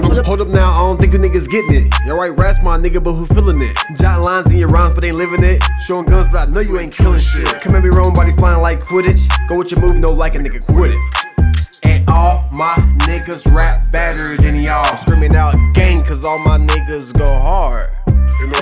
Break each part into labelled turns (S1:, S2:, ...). S1: Hold up, hold up now, I don't think you niggas getting it. Y'all right, rats my nigga, but who feeling it? Jot lines in your rhymes, but ain't living it. Showing guns, but I know you ain't killing shit. Come at me wrong, body flying like Quidditch. Go with your move, no like a nigga, quit it. And all my niggas rap better than y'all. Screaming out gang, cause all my niggas go hard.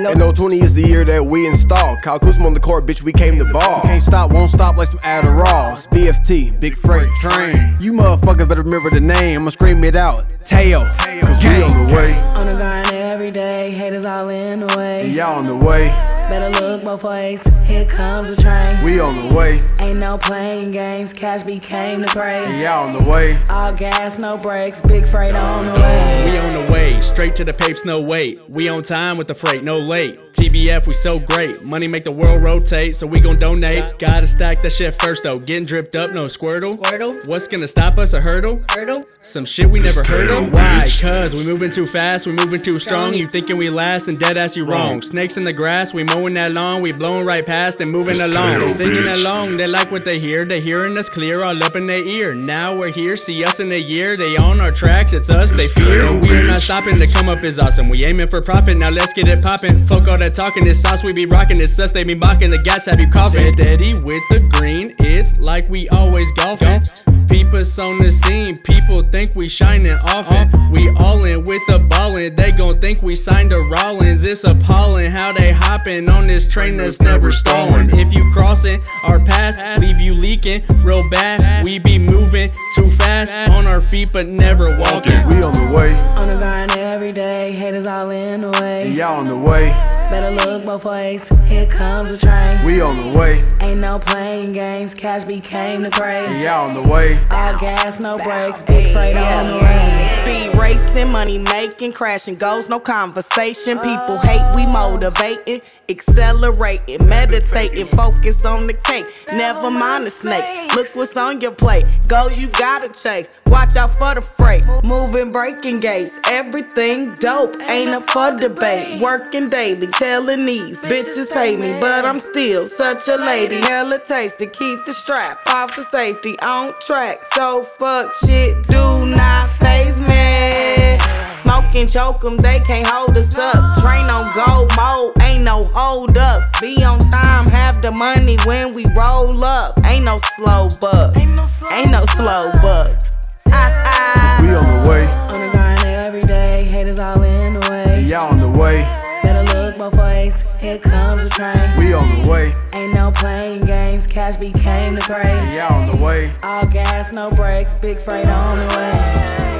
S1: And no 20 is the year that we installed. Kyle Kuzma on the court, bitch, we came to ball. Can't stop, won't stop like some Adderall's. BFT, Big Freight Train. You motherfuckers better remember the name. I'ma scream it out. Teo, cause we on the way.
S2: On the grind every day, haters all in the
S1: And
S2: way.
S1: y'all on the way.
S2: Better look both ways, here comes the train.
S1: We on the way.
S2: Ain't no playing games, cash became the
S1: And
S2: prey.
S1: y'all on the way.
S2: All gas, no brakes, big freight on the way.
S3: We on the way, straight to the papes, no wait. We on time with the freight, no late. TBF, we so great. Money make the world rotate, so we gon' donate. Gotta stack that shit first though. Getting dripped up, no squirtle.
S4: Squirtle.
S3: What's gonna stop us? A hurdle?
S4: Hurdle.
S3: Some shit we never heard of. Why? Cuz we moving too fast, we moving too strong. You thinking we last and dead ass you wrong. Snakes in the grass, we mowing that lawn, we blowing right past and moving along. They singing along, they like what they hear, they hearing us clear all up in their ear. Now we're here, see us in a year, they on our tracks, it's us they fear. We are not stopping, the come up is awesome. We aiming for profit, now let's get it poppin'. Fuck all that talking, it's sauce we be rocking, it's us they be mocking. The gas have you coughing. Steady with the green, it's like we always golfing. Peep us on the scene, people think we shining often. We all in with the ballin', they gon' think we signed a Rollins. It's appalling how they hopping on this train that's never stalling. If you crossing our path, leave you leaking real bad. We be moving too fast on our feet, but never walking.
S1: We on the way.
S2: On the grind every day, haters all in the
S1: And
S2: way.
S1: y'all on the way.
S2: Better look both ways, here comes the train.
S1: We on the way.
S2: Ain't no playing games, cash became the
S1: And
S2: prey.
S1: y'all on the way.
S2: All gas, no brakes, big freight on the way.
S5: Speed racing, money making, crashing goals, no conversation. People hate, we motivating, accelerating, meditating, focus on the cake. Never mind the snake. Look what's on your plate. Goals you gotta chase. Watch out for the freight. Moving breaking gates. Everything dope. Ain't up for debate. Working daily, telling these bitches pay me, but I'm still such a lady. Hella tasty. Keep the strap off the safety on track. So fuck shit. Do not phase me. Smoke and choke 'em, they can't hold us up. Train on go mode, ain't no hold up. Be on time, have the money when we roll up. Ain't no slow buck, ain't no slow buck.
S1: We on the way.
S2: On the grind every day, haters all in the way.
S1: And y'all on the way.
S2: Better look both ways, here comes the train.
S1: We on the way.
S2: Ain't no playing games, cash became the prey.
S1: And y'all on the way.
S2: All gas, no brakes, big freight on the way.